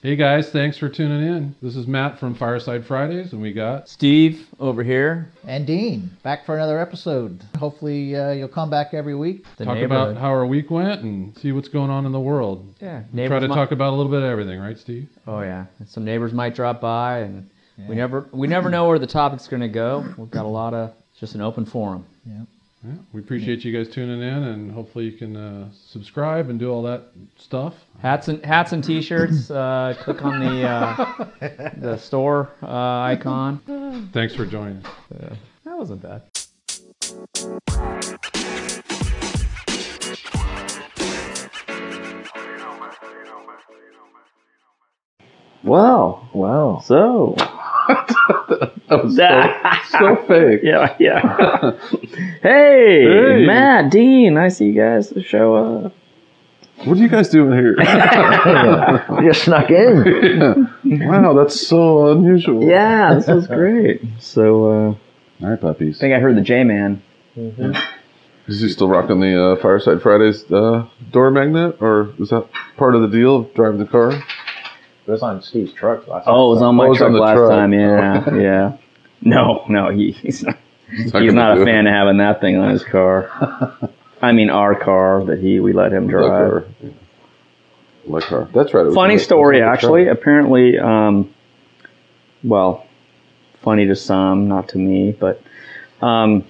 Hey guys, thanks for tuning in. This is Matt from Fireside Fridays, and we got Steve over here. And Dean, back for another episode. Hopefully, uh, you'll come back every week. The talk neighborhood. about how our week went and see what's going on in the world. yeah, We Try neighbors to mi- talk about a little bit of everything, right, Steve? Oh yeah, And some neighbors might drop by, and we never we never know where the topic's going to go. We've got a lot of it's just an open forum. Yeah. Yeah, we appreciate you guys tuning in, and hopefully you can uh, subscribe and do all that stuff. Hats and hats and t-shirts. Uh, click on the uh, the store uh, icon. Thanks for joining. us. That wasn't bad. Wow, wow. So That was so, so fake. yeah, yeah. hey, Hey. Matt, Dean, I see you guys show up. What are you guys doing here? I just snuck in. wow, that's so unusual. Yeah, this was great. So uh, All right, I puppies. think I heard the J Man. Is he still rocking the uh, Fireside Fridays uh, door magnet, or is that part of the deal of driving the car? It was on Steve's truck last Oh, it was on my Oh, it was truck on the last truck. time. Yeah, yeah. No, no, he, he's not, not he's gonna not do a it. fan of having that thing on his car. I mean, our car that he we let him drive. That car. Yeah. That car. That's right. it was on funny the- story it was on the actually apparently um, well funny to some not to me but um,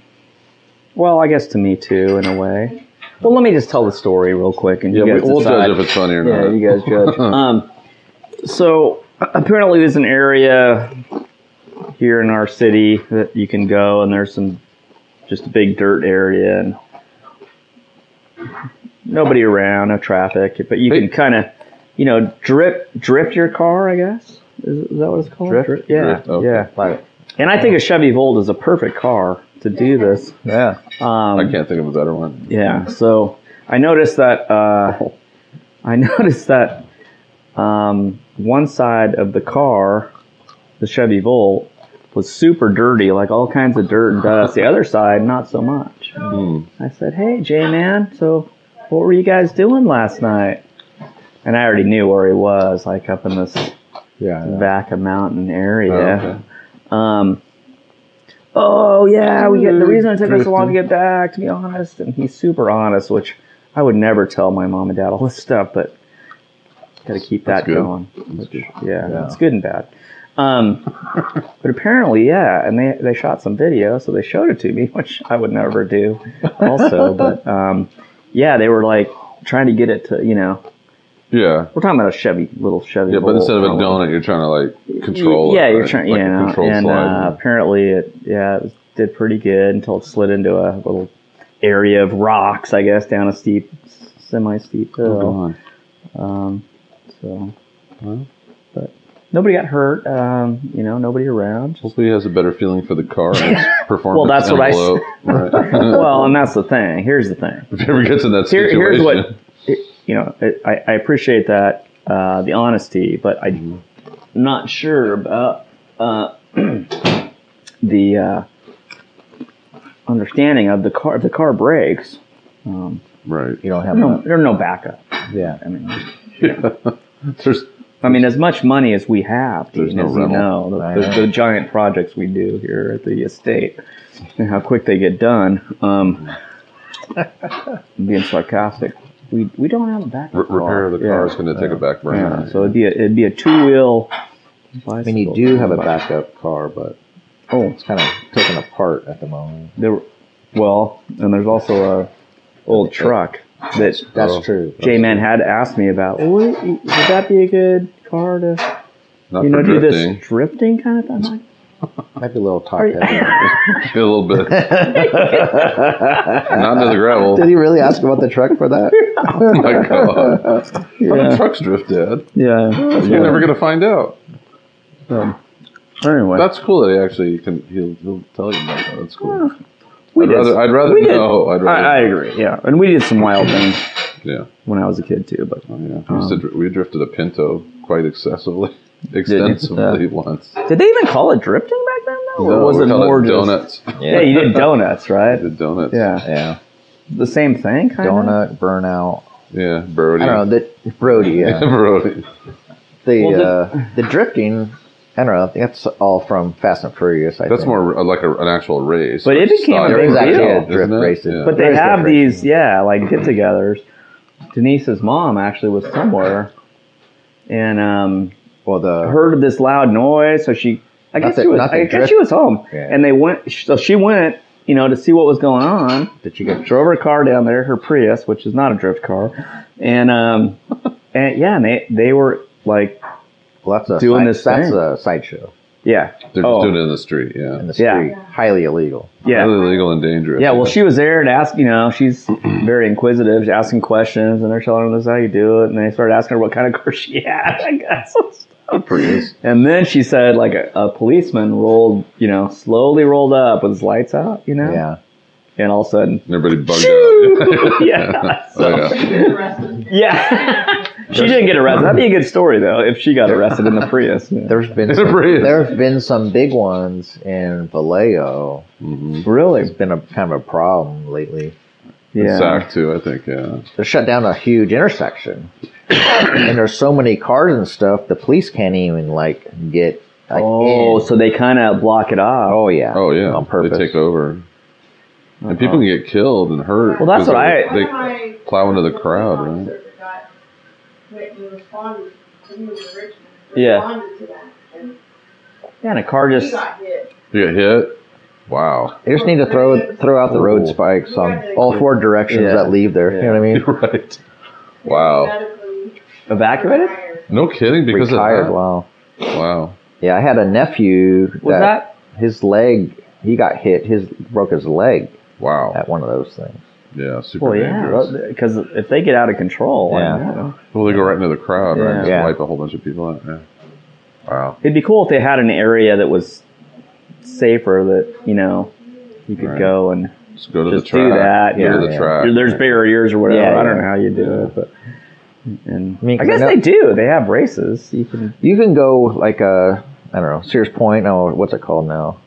well i guess to me too in a way well let me just tell the story real quick and Yeah, you we, guys we'll decide. judge if it's funny or yeah not. you guys judge um, so apparently there's an area here in our city that you can go and there's some just a big dirt area and nobody around, no traffic, but you can kind of, you know, drip drift your car, I guess. Is, is that what it's called? Drift, yeah, Drift, okay. yeah. Like, And I think a Chevy Volt is a perfect car to do this. yeah. Um, I can't think of a better one. yeah. So I noticed that uh, I noticed that um, one side of the car, the Chevy Volt, was super dirty, like all kinds of dirt and dust. The other side, not so much. Hmm. I said, "Hey, J man, so what were you guys doing last night?" And I already knew where he was, like up in this Yeah. Vaca Mountain area. Oh, okay. Um, oh yeah, we get the reason it took us so long to get back, to be honest, and he's super honest, which I would never tell my mom and dad all this stuff, but got to keep That's that good. going. That's good. Yeah, Yeah. it's good and bad. Um, but apparently, yeah, and they they shot some video, so they showed it to me, which I would never do. Also, but um, yeah, they were like trying to get it to you know Yeah. we're talking about a Chevy little Chevy. Yeah, but Volt instead of a probably. donut, you're trying to like control Yeah, it. you're right? trying. Like you a know, control and slide. uh, apparently it yeah it was- did pretty good until it slid into a little area of rocks, I guess, down a steep, semi steep hill. Go on. Um, so, Oh, Well. but nobody got hurt. Um, you know, nobody around. Just- Hopefully, he has a better feeling for the car and its performance. Well, that's what I s- envelope. Right. well, and that's the thing. Here's the thing. if he ever gets in that Here- situation, here's what- You know, I, I appreciate that uh, the honesty, but I'm Mm-hmm. not sure about uh, the uh, understanding of the car. If the car breaks, um, right? You don't have there are no, no. there are no backup. Yeah. I mean, There's I mean, as much money as we have, There's Dean, no as you rental. know, the, the, the giant projects we do here at the estate, and how quick they get done. Um, I'm being sarcastic, we, we don't have a backup. re- repair of the car Yeah. is going to take a back Yeah, burner. so it'd be a, it'd be a two wheel. I mean, you do have a backup car, but Oh, it's kind of taken apart at the moment. there. Well, and there's also a old truck that That's Oh. true. J Man had asked me about. Well, would, would that be a good car to Not you know for do drifting, this drifting kind of thing? I'm like, Might be a little top Are you- heavy. a little bit, not into the Did gravel. he really ask about the truck for that? Oh my god, How do yeah, trucks drift, Dad. yeah. You're never going to find out. Um, anyway, That's cool that he actually can. He'll, he'll tell you about that. That's cool. we I'd did. rather. I'd rather we did- know. I'd I, rather. I agree. Yeah, and we did some wild things Yeah. when I was a kid too. But Oh, yeah. We, used to, dr- we drifted a Pinto quite excessively, extensively once. did they even call it drifting back then? Though, or No, was we it called more just- donuts? Yeah, you did donuts, right? The donuts. Yeah. Yeah. the same thing, kind Donut burnout. Yeah, Brody. I don't know that Brody. Yeah. Brody. the Well, the- uh, the drifting. I don't know. I think that's all from Fast and Furious. I That's think. more uh, like a, an actual race. But it It's became not a a big race, deal. isn't it? Drift races. Yeah. But they There's have different. these, yeah, like get-togethers. Denise's mom actually was somewhere, and um, Well, the heard this loud noise. So she, I guess Not that- she was, not that I guess drift- she was home, Yeah. and they went. So she went, you know, to see what was going on. did you get Drove her car down there, her Prius, which is not a drift car, and um, and yeah, and they they were like, well, that's a Doing side- this That's thing. a sideshow yeah, They're oh. just doing it in the street. Yeah. in the street. Yeah. Highly illegal. yeah, Really illegal and dangerous. Yeah, well, she was there and asked, you know, she's very inquisitive, she's asking questions, and they're telling her this is how you do it. And they started asking her what kind of car she had, I guess. Prius. And then she said, like, a, a policeman rolled, you know, slowly rolled up with his lights out, you know? Yeah. And all of a sudden, Everybody bugged shoo! out. yeah. Oh, So, yeah. yeah. she didn't get arrested. That'd be a good story, though, if she got arrested in the Prius. Yeah. There's been It's a some, bridge. there have been some big ones in Vallejo. Mhm. It's Really? been a kind of a problem lately. And Yeah. Sack too, I think. Yeah. They shut down a huge intersection, and there's so many cars and stuff. The police can't even like get. Like, Oh, in. so they kind of block it off. oh yeah. Oh yeah. On purpose. They take over. And people can get killed and hurt. Uh-huh. Well, that's 'cause what they- I- They plow into the crowd, right? Yeah. Yeah, and a car just. You get hit. Wow. They just need to throw throw out the road spikes on all four directions Yeah. that leave there. You know what I mean? right. Wow. Evacuated? No kidding. Because Retired. of Wow. that. Wow. Yeah, I had a nephew Was that his leg. He got hit. His broke his leg Wow. at one of those things. Yeah. Super Well, dangerous. yeah, because if they get out of control, I Yeah. don't know. Well, they go right into the crowd, right? Just Yeah. wipe a whole bunch of people out. Yeah. Wow. it'd be cool if they had an area that was safer that you know you could Right. go and Just go to Just the do track. that, Go Uh, yeah, to the yeah. track. there's barriers or whatever. Yeah, I don't yeah. know how you do it, but and I, I mean, 'cause guess I know- they do. They have races. You can You can go like a I don't know Sears Point. Oh, what's it called now?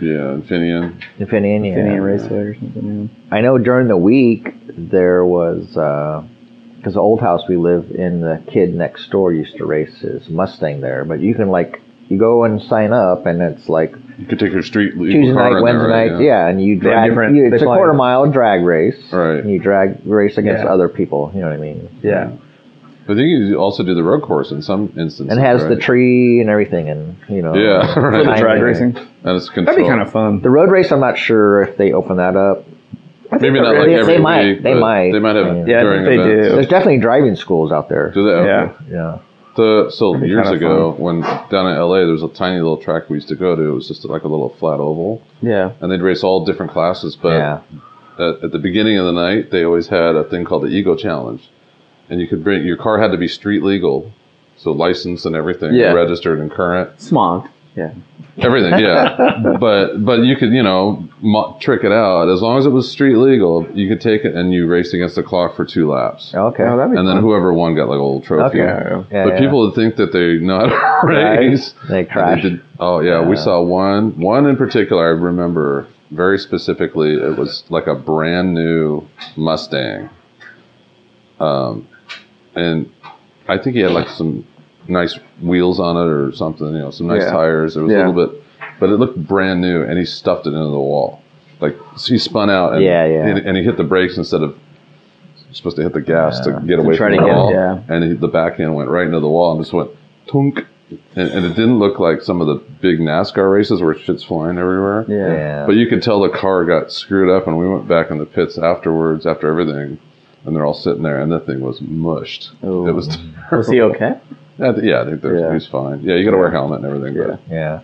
Yeah, Infineon. Infinity. yeah. Indian Raceway or something. I know during the week there was because the old house we live in, the kid next door used to race his Mustang there. But you can like you go and sign up, and it's like You could take your street legal Tuesday car night, in there, Wednesday right? night, yeah. and you They have drag. different- you, it's they a play- quarter mile drag race, Right. And you drag race against Yeah. other people. You know what I mean? Yeah. yeah. But I think you also do the road course in some instances. And it has the right? tree and everything, and you know. Yeah, right. the I drag know. racing. And it's That'd controlled. be kind of fun. The road race, I'm not sure if they open that up. Maybe not they- like they every might, week. they but might. They might have Yeah, I during think they events. do. There's definitely driving schools out there. Do they? Yeah. Yeah. The, so be years kinda ago, when down in LA, there was a tiny little track we used to go to. It was just like a little flat oval, Yeah. and they'd race all different classes. But Yeah. at, at the beginning of the night, they always had a thing called the ego challenge, and you could bring your car had to be street legal, so licensed and everything, Yeah. registered and current, Smog. Yeah. everything. Yeah, but but you could you know mo- trick it out as long as it was street legal. You could take it and you raced against the clock for two laps, Okay. Oh, that'd be and then fun. whoever won got like a little trophy. Okay. Yeah. Yeah, but yeah. people would think that they know how to Right. race. they And crash. they did- oh yeah, we Yeah. saw one. One in particular, I remember very specifically. It was like a brand new Mustang, um, and I think he had like some nice wheels on it or something. You know, some nice Yeah. tires. It was Yeah. a little bit, but it looked brand new, and he stuffed it into the wall. Like so he spun out, and, Yeah, yeah. and, and he hit the brakes instead of supposed to hit the gas Yeah. to get away try from to the get- wall. yeah. And he, the back end went right into the wall and just went tunk. And, and it didn't look like some of the big NASCAR races where shit's flying everywhere. Yeah. yeah. But you could tell the car got screwed up, and we went back in the pits afterwards after everything, and they're all sitting there, and that thing was mushed. Oh. It was. Was he okay? I th- yeah, I think there's Yeah. he was fine. Yeah, you got to wear a helmet and everything. But, yeah.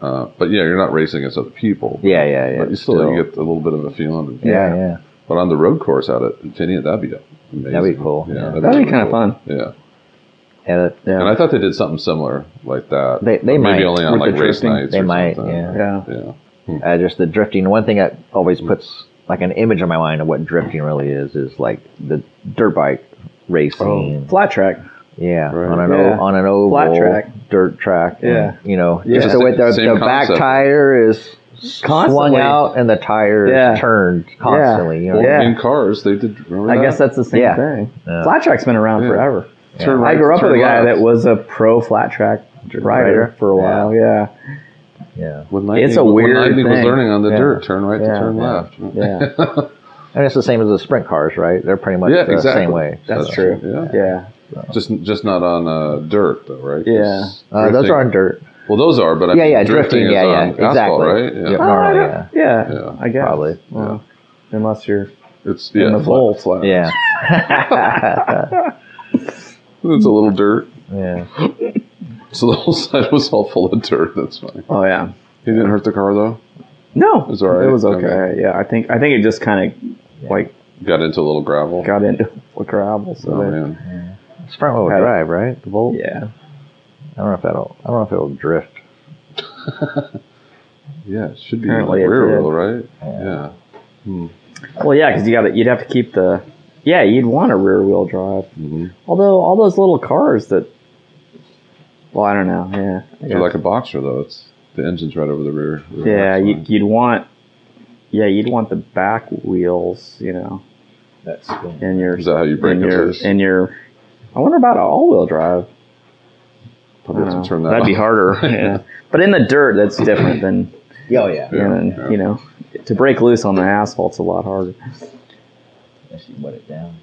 uh, but yeah, you're not racing against other people. Yeah. Yeah. Yeah. But you still, you get a little bit of a feeling. yeah. Yeah. But on the road course out at Infinia, that'd be amazing. That'd be cool. Yeah, That'd be really kind of cool. fun. Yeah. Yeah. that- Yeah. And I thought they did something similar like that. They- they But might. maybe only on With like the race drifting, nights. they or might. something. Yeah. yeah. Yeah. Uh, just the drifting. One thing that always Mm. puts like an image in my mind of what drifting really is is like the dirt bike racing. Oh. Flat track. Yeah, Right. on an Yeah. o- on an oval Flat track. dirt track. and, Yeah. you know, Yeah. just the way the, Same the back concept. tire is swung Constantly. out and the tire is Yeah. turned constantly. You know? Well, Yeah. in cars, they did. Remember I that? guess that's the same Yeah. thing. Yeah. Flat track's been around Yeah. forever. Turn I right, grew up turn with a guy left. that was a pro flat track rider for a Yeah. while. Yeah. Yeah. When lightning, It's a when weird lightning was thing. learning on the Yeah. dirt, turn right to Yeah, turn yeah, left. yeah. And it's the same as the sprint cars, right? They're pretty much Yeah, the exactly. same way. That's That's- true. yeah. Yeah. Just just not on uh, dirt though, right? 'Cause Uh, those drifting- are on dirt. well, those are, but I Yeah, mean, yeah, drifting, drifting. is yeah, yeah, on asphalt, exactly. right? Yeah, Yep, Uh, I normally, don't- yeah. yeah. Yeah. I guess. Probably. Well, Unless you're it's yeah, in the flat. full flat. Yeah. It's a little dirt. yeah. So the whole side was all full of dirt. That's funny. Oh yeah. He didn't hurt the car though. No, was all right. It was okay. Okay. Yeah, I think I think it just kind of like Got into a little gravel. got into the gravel. So Oh then- man, It's front wheel Had it. drive, right? The Volt. yeah, I don't know if that'll. I don't know if it'll drift. yeah, it should be like Apparently it rear did. wheel, right? Yeah. well, yeah, because you got to you'd have to keep the yeah you'd want a rear wheel drive. hmm Although all those little cars that well I don't know yeah You're like a boxer though. It's the engine's right over the rear. rear yeah axle you, line. you'd want yeah you'd want the back wheels you know That's cool. in your Is that how you break in it your loose? in your I wonder about all wheel drive. Probably have Uh, to turn that That'd be off. harder. yeah. But in the dirt, that's different than Oh yeah. Yeah, and, yeah. you know to break loose on the asphalt's a lot harder. Unless you wet it down.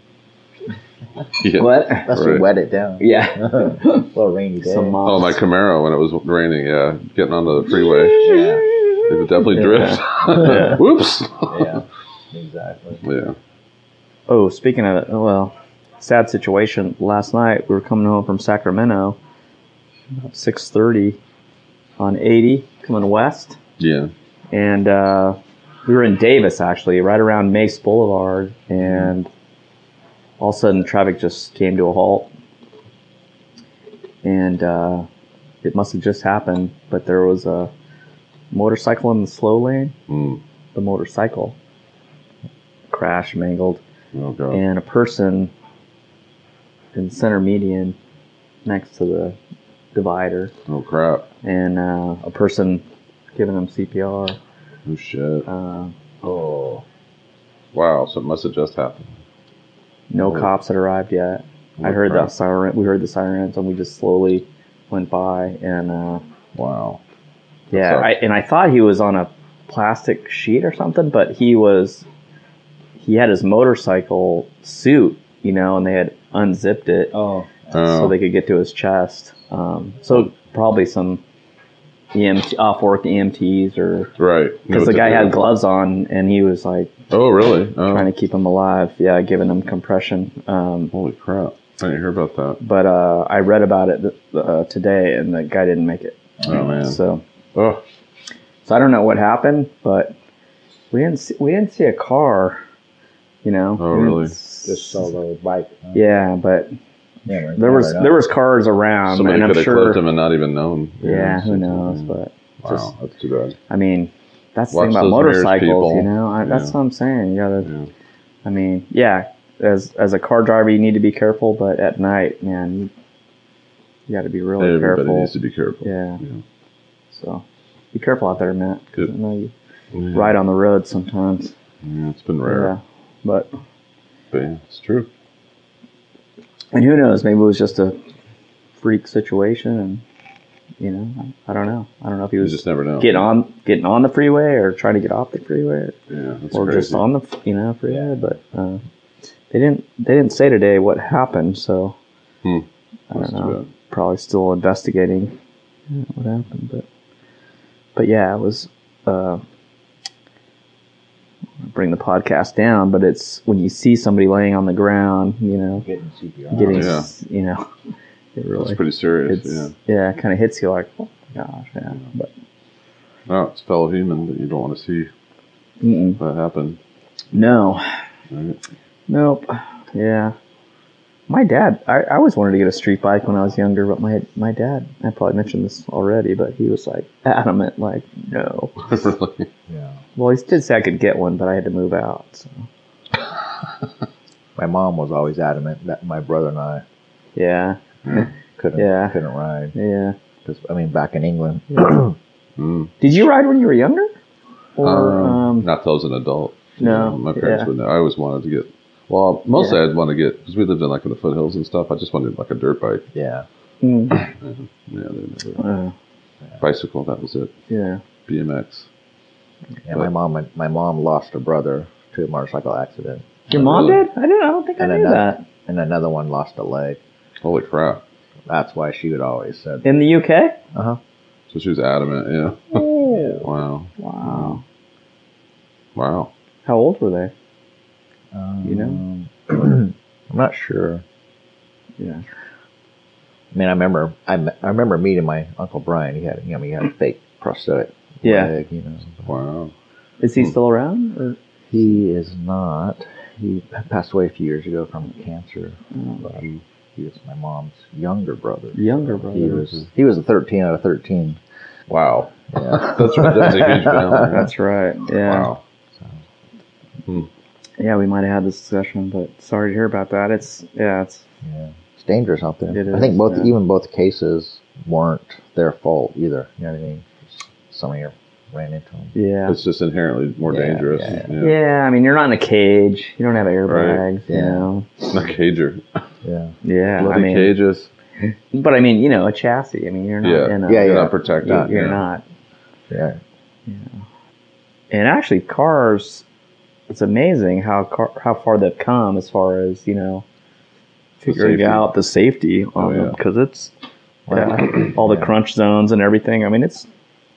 Yeah. What? Unless Right. you wet it down. Yeah. a little rainy day. Some Oh, my Camaro when it was raining, yeah, getting onto the freeway, yeah. it would definitely Yeah. drift. Yeah. Whoops. Yeah. Exactly. yeah. Oh, speaking of oh, well, sad situation. Last night we were coming home from Sacramento, six thirty, on eighty coming west, Yeah. and uh, we were in Davis actually, right around Mace Boulevard, and all of a sudden traffic just came to a halt, and uh, it must have just happened, but there was a motorcycle in the slow lane. Mm. the motorcycle crash mangled Oh god. and a person in center median next to the divider Oh crap. and uh, a person giving them cpr Oh shit. uh, Oh. Wow. So it must have just happened. no Oh. cops had arrived yet i Oh, heard crap. the siren we heard the sirens and we just slowly went by and uh, Wow. yeah sucks. I, and i thought he was on a plastic sheet or something but he was he had his motorcycle suit you know and they had unzipped it Oh. Oh. so they could get to his chest. Um, so probably some E EMT off work EMTs or right. Knew because what the to guy do. had gloves on and he was like Oh really? Oh. trying to keep him alive. Yeah, giving him compression. Um, Holy crap. I didn't hear about that. but uh, I read about it th- uh, today and the guy didn't make it. Oh man. So oh. so I don't know what happened, but we didn't see, we didn't see a car. You know. Oh, We didn't really? s- Just solo bike. huh? Yeah, but Never- there was never know. there was cars around, Somebody and Ah, could I'm have sure. clipped him and not even known. yeah, who something. knows? But wow, just- that's too bad. I mean, that's the Watch thing about those mirrors, motorcycles, people. you know. I, That's Yeah. what I'm saying. You gotta, Yeah. I mean, yeah. As as a car driver, you need to be careful, but at night, man, you, you got to be really Everybody careful. needs to be careful. yeah. Yeah. So be careful out there, Matt. Because I Good. know you Yeah. ride on the road sometimes. Yeah, it's been rare, Yeah. But but yeah, it's true. and who knows? Maybe it was just a freak situation, and you know, I, I don't know. I don't know if he You was just never know. getting on getting on the freeway or trying to get off the freeway. Yeah, that's or crazy. just on the you know freeway, but uh, they didn't they didn't say today what happened, so Hmm. I don't That's too know. bad. Probably still investigating what happened, but but yeah, it was. Uh, bring the podcast down, but it's when you see somebody laying on the ground, you know, getting CPR. getting yeah. s- you know, it That's really pretty serious. it's yeah. yeah, it kind of hits you like, oh my gosh, yeah, but No, Oh, it's a fellow human that you don't want to see mm-mm. that happen. no, Right? Nope. Yeah. My dad, I, I always wanted to get a street bike when I was younger, but my my dad, I probably mentioned this already, but he was like adamant, like no. really? Yeah. Well, he did say I could get one, but I had to move out. So. My mom was always adamant that my brother and I Yeah, couldn't Yeah. couldn't ride. yeah. 'Cause, I mean, back in England, Mm. Did you ride when you were younger? Or Um, um, not till I was an adult. no, You know, my parents yeah. would know. I always wanted to get. Well, mostly I'd want to get because we lived in like in the foothills and stuff. I just wanted like a dirt bike. Yeah. Yeah, they hmm, never, Uh, bicycle. That was it. yeah. BMX. Yeah. My mom. My, my mom lost a brother to a motorcycle accident, Your mom Really? did? I didn't. I don't think I And knew another- that. and another one lost a leg. Holy crap! That's why she would always said, "Uh-huh. In the UK? So she was adamant. Yeah. Oh. wow. Wow. Wow. How old were they? um, You know? I'm not sure. Yeah. I mean, I remember. I, me- I remember meeting my uncle Brian. He had, you know, he had a fake prosthetic Yeah. leg. You know, Wow. Is he still around? Or? he is not. He passed away a few years ago from cancer. Oh, But he was my mom's younger brother. Younger He brother. was he was a 13 out of 13. Wow. Yeah. That's that's a huge family. yeah. That's right. Yeah. Wow. Yeah, we might have had this discussion, but sorry to hear about that. It's yeah, it's yeah. It's dangerous out there. It I think is, both yeah. even both cases weren't their fault either. You know what I mean? Just Some of you ran into them. yeah. It's just inherently more Yeah, dangerous. yeah, Yeah. Yeah, I mean you're not in a cage. You don't have airbags, you Yeah. know. A cager. Yeah. Yeah. Bloody I mean cages. but I mean, you know, a chassis. I mean you're not Yeah. in a Yeah, You're yeah. not protected. Not- you're yeah. not. Yeah. And actually cars it's amazing how car, how far they've come as far as, you know, figuring safety. out the safety on Oh, them yeah. because it's yeah, all the crunch zones and everything. I mean, it's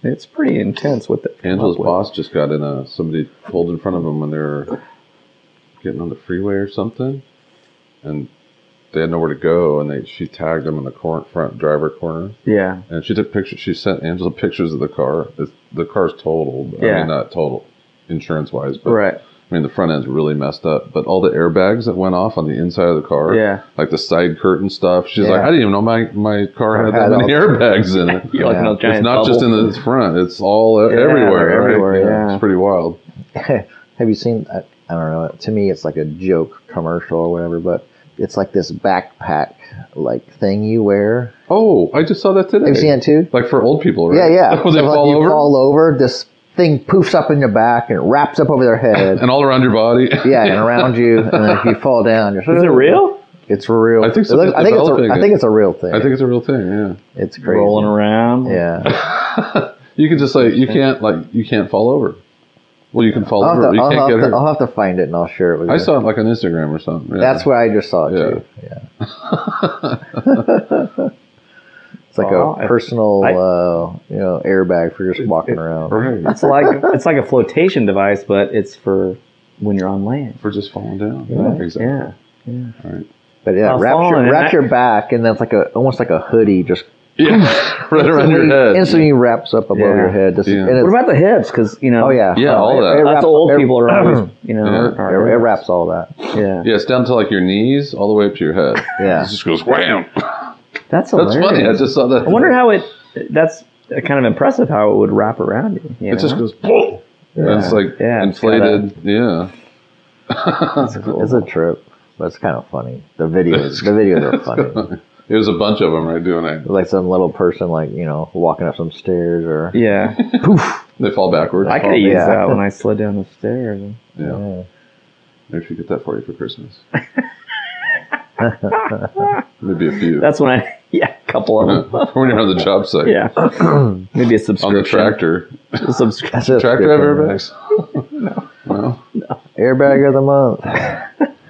it's pretty intense with it. Angela's boss just got in a somebody pulled in front of them when they were getting on the freeway or something, and they had nowhere to go, and they she tagged them in the cor- front driver corner, Yeah, and she took pictures. She sent Angela pictures of the car. It's, the car's totaled. I Yeah. mean, not total insurance wise, but right. I mean the front end's really messed up. But all the airbags that went off on the inside of the car, Yeah. like the side curtain stuff. She's like, Yeah. I didn't even know my my car had that Had all- many airbags in it. You're like in a It's giant not just in bubble. the front; it's all Yeah, everywhere. they're right? everywhere, yeah. it's pretty wild. Have you seen? I, I don't know. To me, it's like a joke commercial or whatever, but it's like this backpack like thing you wear. Oh, I just saw that today. Have you seen it too? Like for old people, right? Yeah, yeah. Will they So, like, fall you over fall over. This thing poofs up in your back and it wraps up over their head. and all around your body. yeah, and around you. And then if you fall down, you're Is it real? It's real. I think It looks- I think it's developing a, I it. think it's a real thing. I think it's a real thing. Yeah, it's crazy. Rolling around. Yeah. you can just like you can't like you can't fall over. Well, you can fall I'll have, over, but to, you I'll, can't have get to, hurt. I'll have to find it and I'll share it with you. I saw it like on Instagram or something. Yeah. That's where I just saw it Yeah. too. Yeah. it's like Wow. a personal, I- uh, you know, airbag for just walking around. right It's like it's like a flotation device, but it's for when you're on land. for just falling down. Right. Exactly. Yeah. But yeah, I'll wraps fall in your, it. wraps your back, and then it's like a almost like a hoodie, just Yeah. right around your instantly, head. instantly wraps up above Yeah. your head. Just, Yeah. and it's, What about the hips? Because you know. oh yeah, Yeah, Oh, all that. it- It That's That's wraps, the old it- people are always you know. Yeah. It, Are, it wraps all that. yeah. Yeah, it's down to like your knees, all the way up to your head. Yeah. it just goes wham. That's That's hilarious. funny. I just saw that. I wonder how it. That's kind of impressive how it would wrap around you. you it just know? goes. Boom. And it's like Yeah, it's inflated. yeah. It's a trip. But it's kind of funny. The videos, the videos are funny. It was a bunch of them, right? Doing it. Like some little person, like you know, walking up some stairs, or Yeah. They fall backwards. I could have used yeah. that when I slid down the stairs. Yeah. Maybe we should get that for you for Christmas. Maybe a few. That's when I. Yeah, a couple of them. Or when you're on the job site. Yeah. Maybe a On the subscription. tractor. A subscription. That's it. Tractor have airbags? no. Airbag of the month.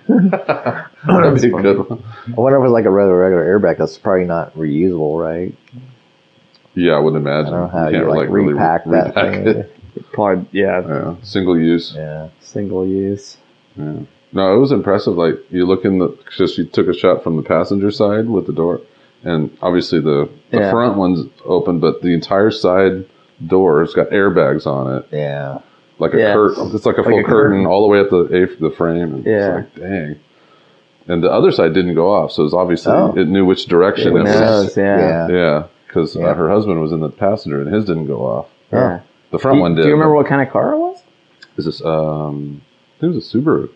No? That'd be a good one. I wonder if it's like a regular, regular airbag. That's probably not reusable, right? Yeah, I would imagine. I don't know how you, like, repack really that repack thing. it. Probably. Yeah. Yeah. Single use. Yeah. Single use. Yeah. No, it was impressive. Like you look in the because she took a shot from the passenger side with the door, and obviously the the Yeah. front one's open, but the entire side door's got airbags on it, Yeah. like a Yeah. curtain. It's like a full a curtain, all the way up the a- the frame. And Yeah. It's like dang. And the other side didn't go off, so it's obviously Oh. it knew which direction it, Who was. knows? Yeah. Yeah. Yeah, because Yeah. uh, her husband was in the passenger, and his didn't go off. Yeah. The Do front you, one do did. you remember what kind of car it was? Is this? Um, I think it was a Subaru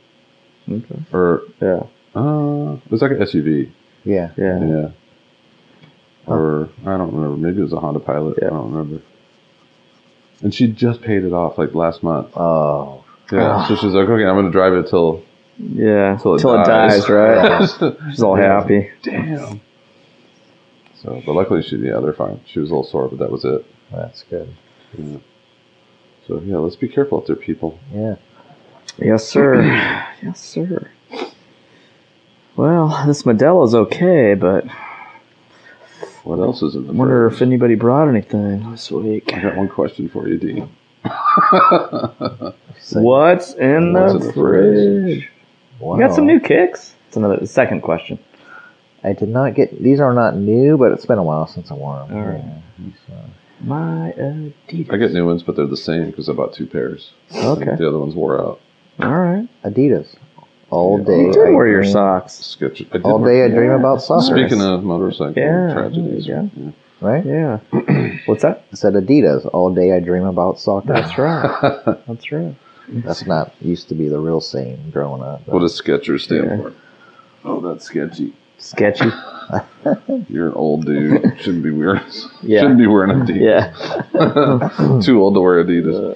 Okay. or Yeah. uh, it was like an SUV. Yeah. Yeah. Oh. Yeah. Or I don't remember. Maybe it was a Honda Pilot. I Yeah. don't remember. And she just paid it off like last month. Oh. Oh. Yeah. So she's like, okay, I'm gonna drive it till Yeah, Till it till dies. right? She's all Yeah. happy. Damn. So, but luckily she, yeah, they're fine. She was a little sore, but that was it. That's good. So yeah, let's be careful out there, people. Yeah. Yes, sir. yes, sir. Well, this Modelo's okay, but What else is in the I wonder fridge? if anybody brought anything this week. I got one question for you, Dean. What's in What's the, in the fridge? fridge? You got some Wow. new kicks? It's another second question. I did not get these. Are not new, but it's been a while since I wore them. All right. My Adidas. I get new ones, but they're the same because I bought two pairs. Okay. And the other ones wore out. All right. Adidas. All Yeah. day. You did I wear your dream- socks. Sketch. I did All wear- day I dream about soccer. Speaking of motorcycle Yeah, tragedies, there you yeah. right? Yeah. What's that? It said Adidas. All day I dream about soccer. That's right. That's right. That's not used to be the real saying growing up. what does Skechers stand Yeah. for? Oh, that's sketchy. Sketchy. You're an old dude. Shouldn't be wearing. Yeah. Shouldn't be wearing Adidas. Yeah. Too old to wear Uh,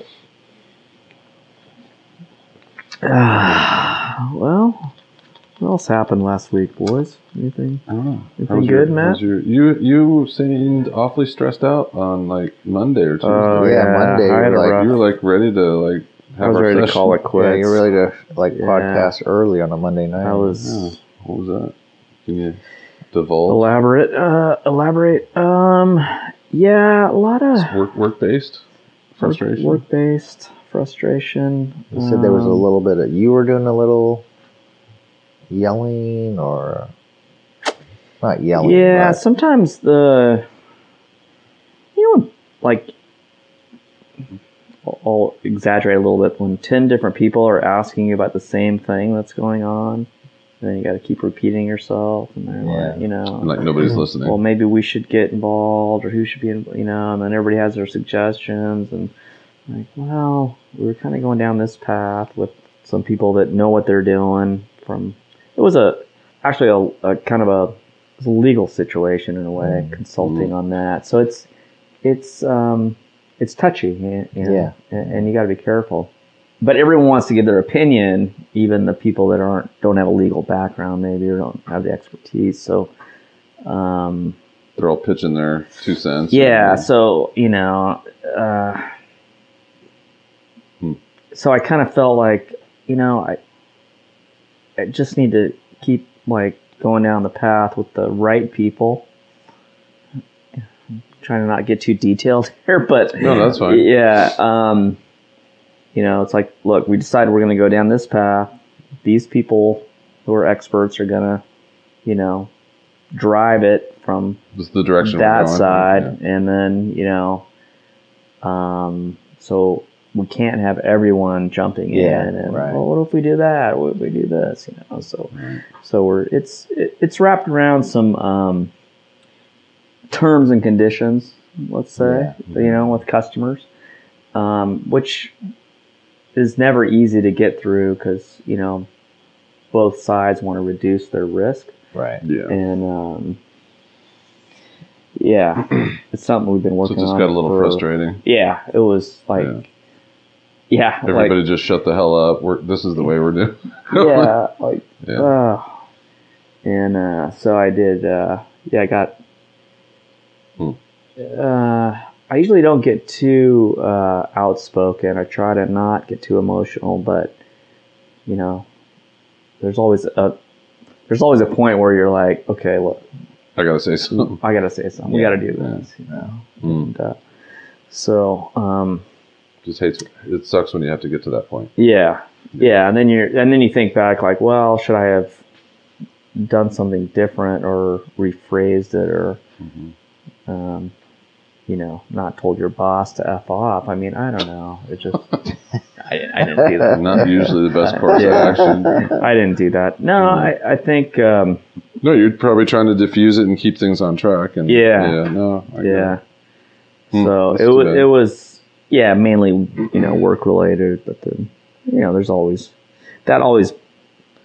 Adidas. Well, what else happened last week, boys? Anything? I don't know. Anything How was good, your, Matt? how was your- you you seemed awfully stressed out on like Monday or Tuesday. Oh, yeah, yeah, Monday I had you're a like- rough- You were like ready to like have I was our ready to session. call it quits. Yeah, you're really to like Yeah. podcast early on a Monday night. I Yeah. was What was that? Can you divulge? elaborate. Uh, elaborate. Um, yeah, a lot of It's work work based frustration. work based frustration. You said there was a Um, little bit of you were doing a little yelling or not yelling. Yeah, but sometimes the you know like I'll- I'll exaggerate a little bit when ten different people are asking you about the same thing that's going on, and then you got to keep repeating yourself, and they're like, Yeah. you know, And, like nobody's listening. well, maybe we should get involved, or who should be, in, you know, and then everybody has their suggestions, and like, well, we were kind of going down this path with some people that know what they're doing. From it was a actually a, a kind of a, it was a legal situation in a way, consulting on that. So it's it's um it's touchy, and, and- Yeah. and, and you got to be careful. But everyone wants to give their opinion, even the people that aren't don't have a legal background, maybe or don't have the expertise. So um, They're all pitching their two cents. yeah, so you know, uh, Hmm. so I kind of felt like you know I, I just need to keep like going down the path with the right people. trying to not get too detailed here, but No, that's fine. Yeah, um, you know, it's like look, we decided we're going to go down this path. These people who are experts are going to, you know, drive it from Just the direction we're that going. side, Yeah. and then you know, um, so we can't have everyone jumping Yeah, in and right. well, what if we do that? What if we do this? You know, so so we're it's it, it's wrapped around some um, terms and conditions, let's say, you know, with customers, um, which is never easy to get through because you know both sides want to reduce their risk right. Yeah. and um, yeah, it's something we've been so working it just on. got a little for- frustrating. Yeah, it was like, yeah, like, Everybody just shut the hell up. We're, this is the way we're doing. yeah, like, Yeah. uh, and uh, so I did. Uh, yeah, I got. Hmm. Uh, I usually don't get too uh, outspoken. I try to not get too emotional, but you know, there's always a there's always a point where you're like, okay, look, I gotta say something. I gotta say something. We Yeah. gotta do this, you know. Mm. And, uh, so um, Just hates. It sucks when you have to get to that point. yeah, yeah, and then you're and then you think back like, well, should I have done something different or rephrased it or, um, you know, not told your boss to f off? I mean, I don't know. It just I, I didn't do that. Not usually the best course of action. I didn't do that. No, I, I think um, No, you're probably trying to diffuse it and keep things on track. And Yeah. yeah, no, I get yeah. it. Hmm, so that's it too was bad. it was yeah mainly you know work related, but then you know there's always that always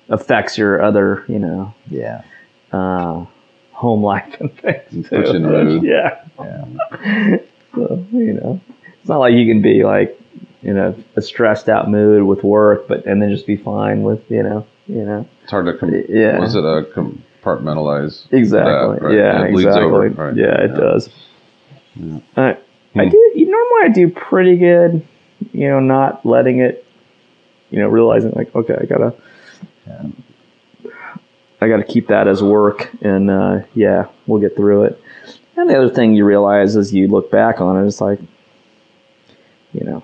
affects your other you know Yeah. uh, home life and things. Puts you in the mood. Yeah. so, you know, it's not like you can be like in a, a stressed out mood with work, but and then just be fine with you know You know, It's hard to com- Yeah. was it a compartmentalize? exactly. That, right. Yeah, It bleeds exactly. over, right. Yeah, it Yeah. does. Yeah. I, I Hmm. do. you- Normally, I do pretty good. You know, not letting it. You know, realizing like, okay, I gotta. I gotta keep that as work, and uh, yeah, we'll get through it. And the other thing you realize as you look back on it, it's like, you know,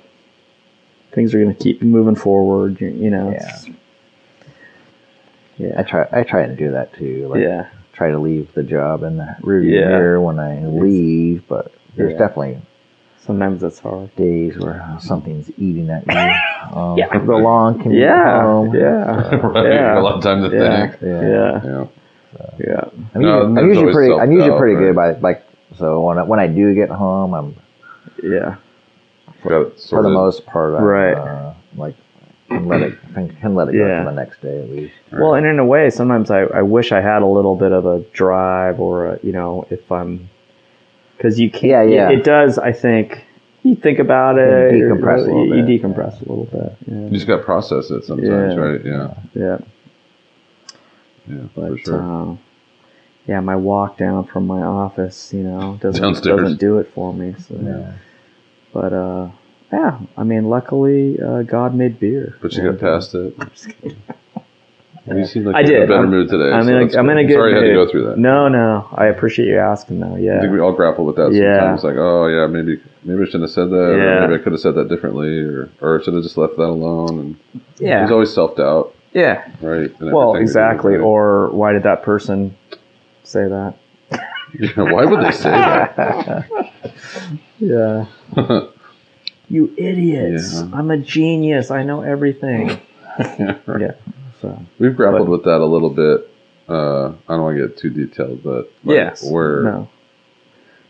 things are gonna keep moving forward. You, you know, it's- yeah, yeah, yeah. try I try to do that too. Like try to leave the job in the rearview Yeah. mirror when I leave, but there's Yeah. definitely Sometimes that's hard. days where uh, something's eating at me. Um, The long commute Yeah, home. yeah, right. A Yeah. lot of time to Yeah. think. Yeah. yeah, Um, Yeah. yeah. I'm No, usually, I'm that's usually always pretty. I'm usually self-doubt, pretty good by like. So when I, when I do get home, I'm Yeah. Got it for the sorted. most part I'm, Right. Uh, like can let it can, can let it go Yeah. to the next day at least. Well, and in a way, sometimes I, I wish I had a little bit of a drive or, a, you know, if I'm. Because you can't. Yeah, yeah. It, it does, I think. You think about it. You decompress a you, little you bit. decompress a little You bit. just got to process it sometimes, Yeah. right? Yeah. Yeah. yeah. Yeah, But, for sure. uh, yeah, my walk down from my office, you know, doesn't, Downstairs. doesn't do it for me. So. But, uh, yeah, I mean, luckily, uh, God made beer. but you got past it. You seem like I you're in a did. better I'm- mood today. I'm so in a- that's I'm in a good Sorry I had to mood. go through that. No, no. I appreciate you asking, though. Yeah. I think we all grapple with that Yeah. sometimes. Like, oh yeah, maybe maybe I shouldn't have said that, Yeah. or maybe I could have said that differently, or or I should have just left that alone. And Yeah. there's always self doubt, yeah. right? in everything we Well, do, exactly. right? Or why did that person say that? Yeah, why would they say that? Yeah. You idiots. Yeah. I'm a genius. I know everything. yeah. So, We've grappled with that a little bit. Uh, I don't want to get too detailed, but like, yes. where No.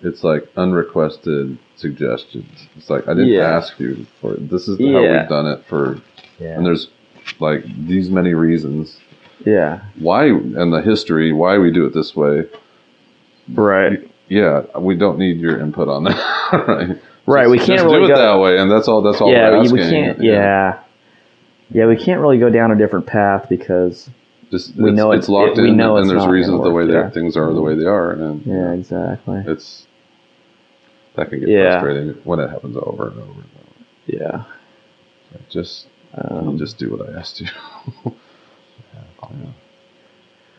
it's like unrequested suggestions. It's like I didn't Yeah. ask you for it. This is how Yeah. we've done it for, Yeah. and there's like these many reasons Yeah. why and the history why we do it this way. Right. yeah, we don't need your input on that, right? Right, Just- we can't just really do it go- that way, and that's all. That's all. Yeah. we're We, asking. we can't. Yeah. yeah. we can't really go down a different path because. Just, We it's, know it's it- locked it- we in, know and it's there's not reasons gonna the way work, that yeah. things are the way they are, and Yeah. Exactly. it's that can get Yeah. frustrating when it happens over and over. And over. Yeah. Just, Um, just do what I asked you.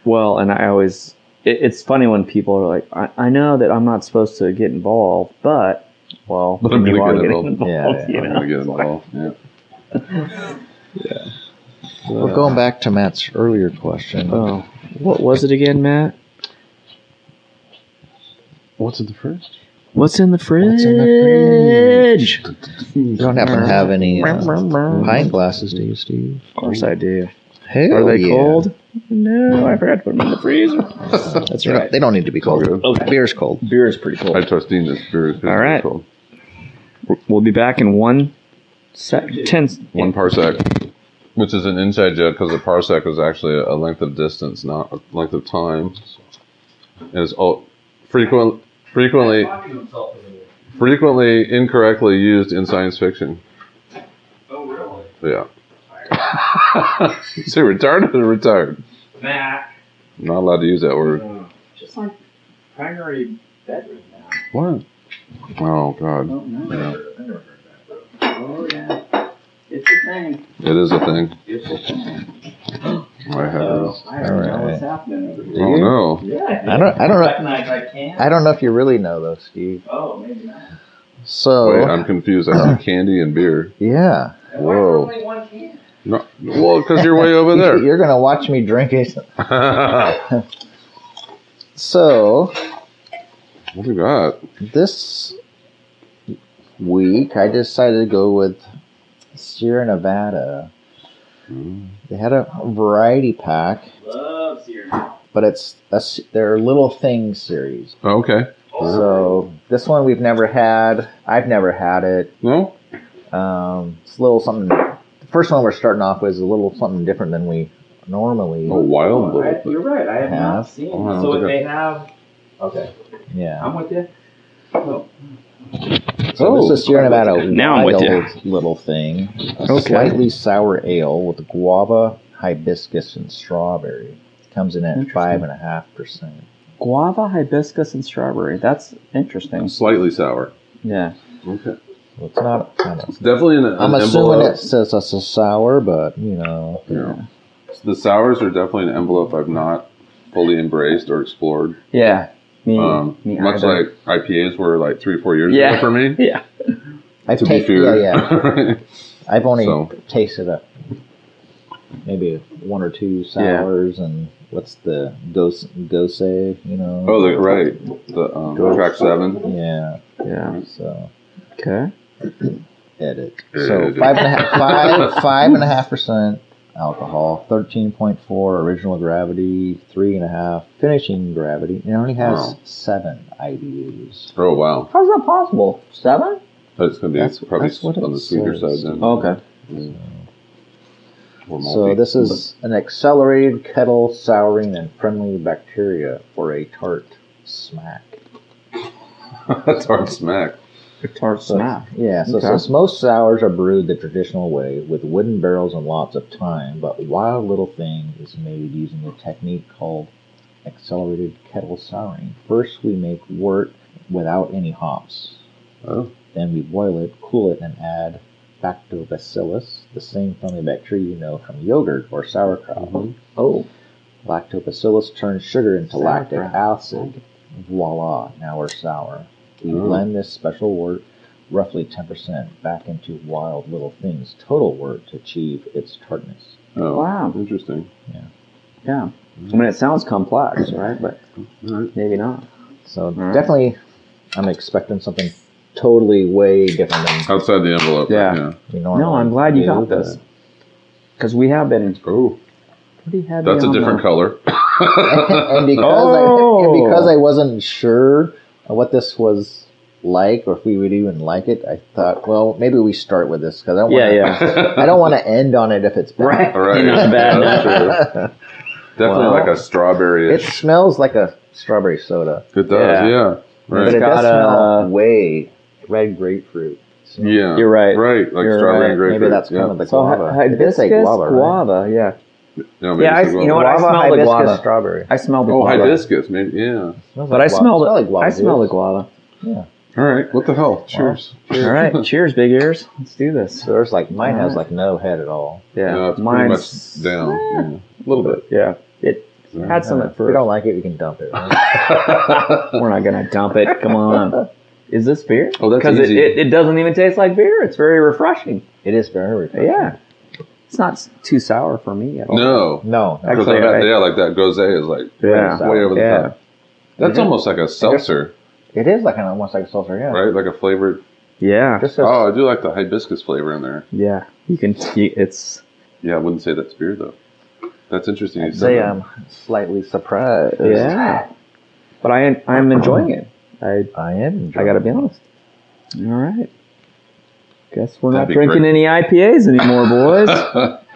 Well, and I always, it, it's funny when people are like, I, I know that I'm not supposed to get involved, but, well, But I'm you gonna are get getting involved. involved. Yeah, yeah. you I'm know? gonna get involved. Yeah. Uh, Well, going back to Matt's earlier question, Uh, Oh, what was it again, Matt? What's in the first? What's in the fridge? in the you don't happen to have any uh, pint glasses, do you, Steve? Of course I do. Hell Are they yeah. cold? No, I forgot to put them in the freezer. That's They don't- right. They don't need to be cold. good. Okay. Beer's cold. Beer is pretty I cold. trust Dean. This beer is good. All right. Cool. We'll be back in one sec. Ten. One parsec, which is an inside joke because a parsec is actually a length of distance, not a length of time. And it's all frequent, frequently, frequently incorrectly used in science fiction. Oh, really? Yeah. Is he retarded or retired? Mac. I'm not allowed to use that word. Just like primary bedroom now. What? Oh, God. I never heard that. Oh, yeah. It's a thing. It is a thing. It's a thing. I have. So, I don't know Alright. what's happening over here. Oh, no. Yeah. I don't- I don't know- Recognize I can. I don't know if you really know though, Steve. Oh, maybe not. So Wait, I'm confused. I see candy and beer. yeah, And why is there Whoa. only one can? No, well, because you're way over there. you're gonna watch me drink it. So what do you got? this week I decided to go with Sierra Nevada. They had a variety pack, Loves here. but it's a s their little thing series. Okay. So this one we've never had. I've never had it. No? Um, it's a little something. The first one we're starting off with is a little something different than we normally. A wild Oh, I, little you're right. I have Yeah. not seen. Oh, I don't so if think I- they have, okay, Yeah. I'm with you. Oh, So this is Sierra Nevada Now I'm with wild little thing. A Okay. slightly sour ale with guava, hibiscus and strawberry. Comes in at Interesting. five and a half percent. Guava, hibiscus, and strawberry. That's interesting. Slightly sour. Yeah. Okay. Well, it's not. I don't- It's definitely an, an I'm assuming envelope. it says it's a sour, but you know, Yeah. The sours are definitely an envelope I've not fully embraced or explored. Yeah. Me, Um, me much either. like IPAs were like three, four years Yeah. ago for me. Yeah. I've To be tasted. fair. Yeah, yeah. I've only So- tasted a maybe one or two Yeah. sours and what's the go go save? You know. oh, the, right. The um, track seven. Yeah. Yeah. So Okay. edit. So Edit. five and a half, five, five and a half percent alcohol, thirteen point four original gravity, three and a half finishing gravity. It only has Wow. seven IBUs. Oh wow, How's that possible? Seven? that's gonna be That's- probably that's what on it the sweeter says. Oh, side then. Okay. Or So malty. this is an accelerated kettle souring and friendly bacteria for a tart smack. that's hard smack. Tart So- snap. Yeah, so Okay. since most sours are brewed the traditional way with wooden barrels and lots of time, but Wild Little Thing is made using a technique called accelerated kettle souring. First, we make wort without any hops. Oh. Then we boil it, cool it, and add lactobacillus, the same family bacteria you know from yogurt or sauerkraut. Oh. Lactobacillus turns sugar into lactic Sauerkraut. acid. Voila, now we're sour. We Oh. blend this special wort, roughly 10%, back into Wild Little Thing's total wort to achieve its tartness. Oh, Wow. interesting. Yeah. I mean, it sounds complex, right? But All right. maybe not. So right. definitely, I'm expecting something totally way different than Outside the envelope. Yeah. we normally No, I'm glad you do, got but this. Because we have been Oh, pretty heavy. that's a on different the- color. and because I Oh. and because I wasn't sure what this was like or if we would even like it, I thought, well, maybe we start with this because I don't Yeah, wanna, yeah. I don't want to end on it if it's bad. Right. All right. Not bad. That's true. Definitely Wow. like a strawberry. It It smells like a strawberry soda, does. Yeah. Yeah. but Right. it does got a- smell way red grapefruit. So yeah. You're right. Right. Like You're strawberry right. and grapefruit. Maybe that's yeah. kind of the Oh, So guava. hi- It did hibiscus, say guava, guava, right? yeah. No, maybe Yeah, I- it's a you guava. know what? I Guava, smelled like hibiscus, guava. strawberry. I smelled the Oh, guava. hibiscus. Maybe. Yeah. Smells But like I guava- smelled it. like guava I smelled the juice. guava. All right. What the hell? Cheers. All right. Cheers, big ears. Let's do this. So there's like mine has like Alright. no head at all. Yeah. No, it's pretty Mine's much down. Yeah. A little bit. Yeah. It had some at If you first. don't like it, you can dump it. We're not gonna dump it. Come on. Is this beer? Oh, that's it, easy. it, it doesn't even taste like beer. It's very refreshing. It is very refreshing. Yeah. It's not s- too sour for me at all. No. No, no. Because Actually, I bet right. yeah, like that Gose is like Yeah. way over the Yeah. Mm-hmm. top. That's almost like a seltzer, It is like an almost like a seltzer, yeah. right? Like a flavored. Yeah. Just a, Oh, I do like the hibiscus flavor in there. Yeah. You can. You, it's. Yeah, I wouldn't say that's beer though. That's interesting. you I'd said say that. I'm slightly surprised. Yeah. But I I'm enjoying it. I I am. I gotta be honest. All right. Guess we're That'd not be drinking great. any IPAs anymore, boys.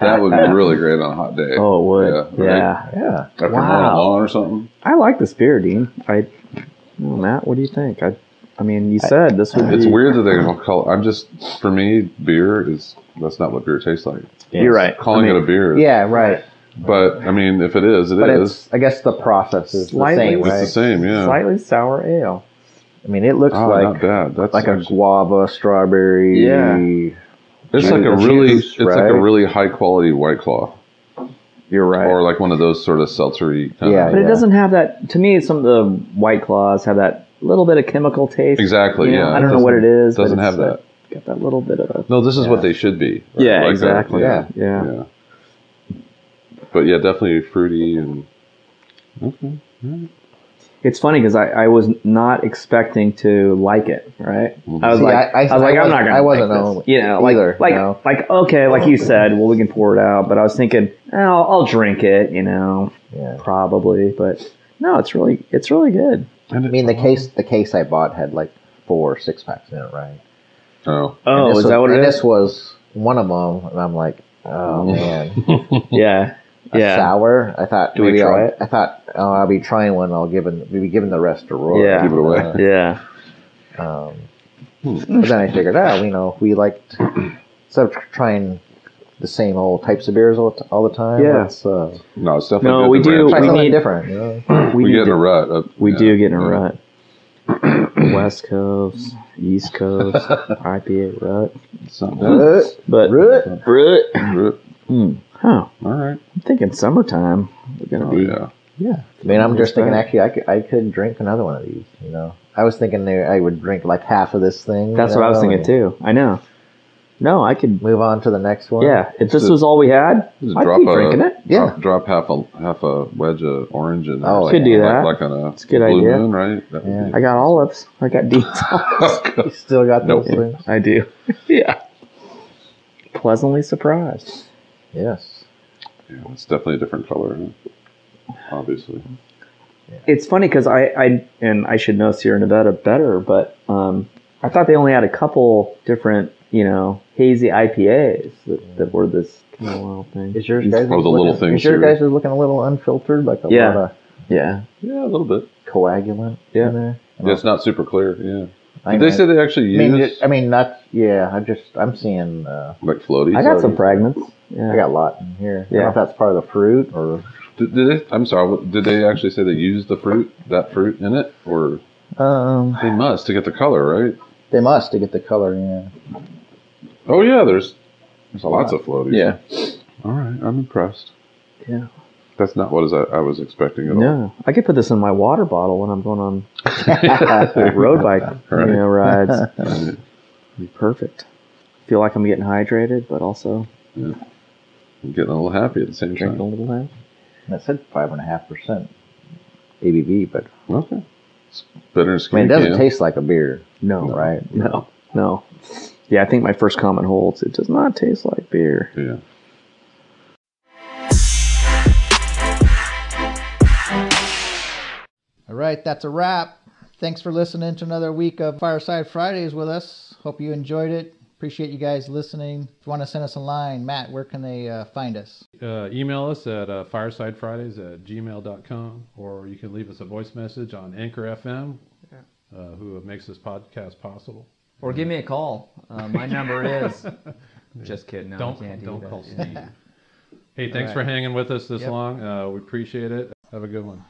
that would be really great on a hot day. um, oh, it would. Yeah, Yeah. right. Yeah. After mowing wow. the lawn or something. I like this beer, Dean. I. No, Matt, what do you think? I. I mean, you said this would. It's be, weird that they don't call. I'm just for me, beer is that's not what beer tastes like. You're right. Calling I mean, it a beer, Yeah, right. But I mean, if it is, it But is. it's, I guess the process is Slightly. the same, It's, right? the same. Yeah. Slightly sour ale. I mean, it looks Oh, not like bad. That's like a actually- guava, strawberry. Yeah. It's like a Juice, really, it's like a right? really high quality white claw, You're right. or like one of those sort of seltzery. Kind Yeah. of, but it doesn't have that. To me, some of the white claws have that little bit of chemical taste. exactly. You yeah, know, I don't know Doesn't- what it is. but Doesn't it's have that. Got that little bit of a. No, this is what they should be. right? Yeah, Like a- exactly. yeah, Yeah. yeah. But yeah, definitely fruity and okay. It's funny because I, I was not expecting to like it, right? I was See, like, I- I- I, was like, I wasn't- I'm not gonna. I wasn't like on this. you know, like, either, like, no. like, okay, like you said, well, we can pour it out. But I was thinking, oh, I'll drink it, you know, Yeah. probably. But no, it's really, it's really good. I mean, the case the case I bought had like four six packs in it, right? Oh, And Oh, this is was, that what and it This is? was one of them, and I'm like, oh man, Yeah, a yeah. sour. I thought Do we maybe try I'll- it? I thought oh, I'll be trying one. I'll give an, maybe giving the rest to Roy. Yeah. give it away. Yeah. ah, Um, but then I figured out, you know, if we liked instead of tr- trying the same old types of beers all, all the time. Yeah. That's, uh, No, it's definitely No, good we to do- branch try out. something need- different. You know? we, need get in to- a rut. of- We yeah, do get in a yeah. rut. West Coast, East Coast, IPA rut. Something. But Rut. rut. Hmm. Rut. Huh. All right. I'm thinking summertime. We're gonna Oh, be yeah. Yeah. I mean, I'm just thinking, Respect. actually, I could, I could drink another one of these, you know. I was thinking there I would drink like half of this thing. That's you what I was know, thinking and too. I know. No, I could. Move on to the next one. Yeah, if this Just was all we had, Just I'd drop be a- drinking it. Yeah. Drop, drop half a half a wedge of orange in there. Oh, Like- Could do like- that. Like, on a It's a good blue idea. moon, right? That would Yeah. be- I got olives. I got deep. You still got those Nope. things? I do. yeah. Pleasantly surprised. Yes. Yeah, it's definitely a different color, huh? obviously. It's funny because I, I and I should know Sierra Nevada better, but um, I thought they only had a couple different, you know, hazy IPAs that, that were this kind of wild thing. Is yours guys? Oh, the little thing Is your series. guys are looking a little unfiltered, like a Yeah. lot of Yeah. Yeah, a little bit. coagulant Yeah. in there? Yeah, it's not super clear. Yeah. I Did they mean, say they actually I use mean, I mean, not. Yeah, I'm just. I'm seeing. Uh, like floaties? I got some fragments. Yeah. I got a lot in here. I don't know Yeah. if that's part of the fruit or. Did, did they, I'm sorry. what- Did they actually say they used the fruit, that fruit in it, or Um, they must to get the color right? they must to get the color. Yeah. Oh yeah, there's there's lots of floaties. Yeah. All right, I'm impressed. Yeah. That's not what is I, I was expecting at all. No, I could put this in my water bottle when I'm going on road bike Right. you know, rides. Right. Be perfect. Feel like I'm getting hydrated, but also I'm getting a little happy at the same drinking a time. little bit. And it said five and a half percent ABV, but Okay. It's better than I mean, skin it doesn't can. taste like a beer, No, right? No, no. Yeah, I think my first comment holds. It does not taste like beer. Yeah. All right, that's a wrap. Thanks for listening to another week of Fireside Fridays with us. Hope you enjoyed it. Appreciate you guys listening. If you want to send us a line, Matt, where can they uh, find us? uh, email us at uh, firesidefridays at gmail.com or you can leave us a voice message on Anchor FM, uh, who makes this podcast possible. Or give me a call. Uh, my number is. Just kidding. No, I can't don't do don't that. call Steve. hey, thanks for hanging with us this long. Uh, we appreciate it. Have a good one.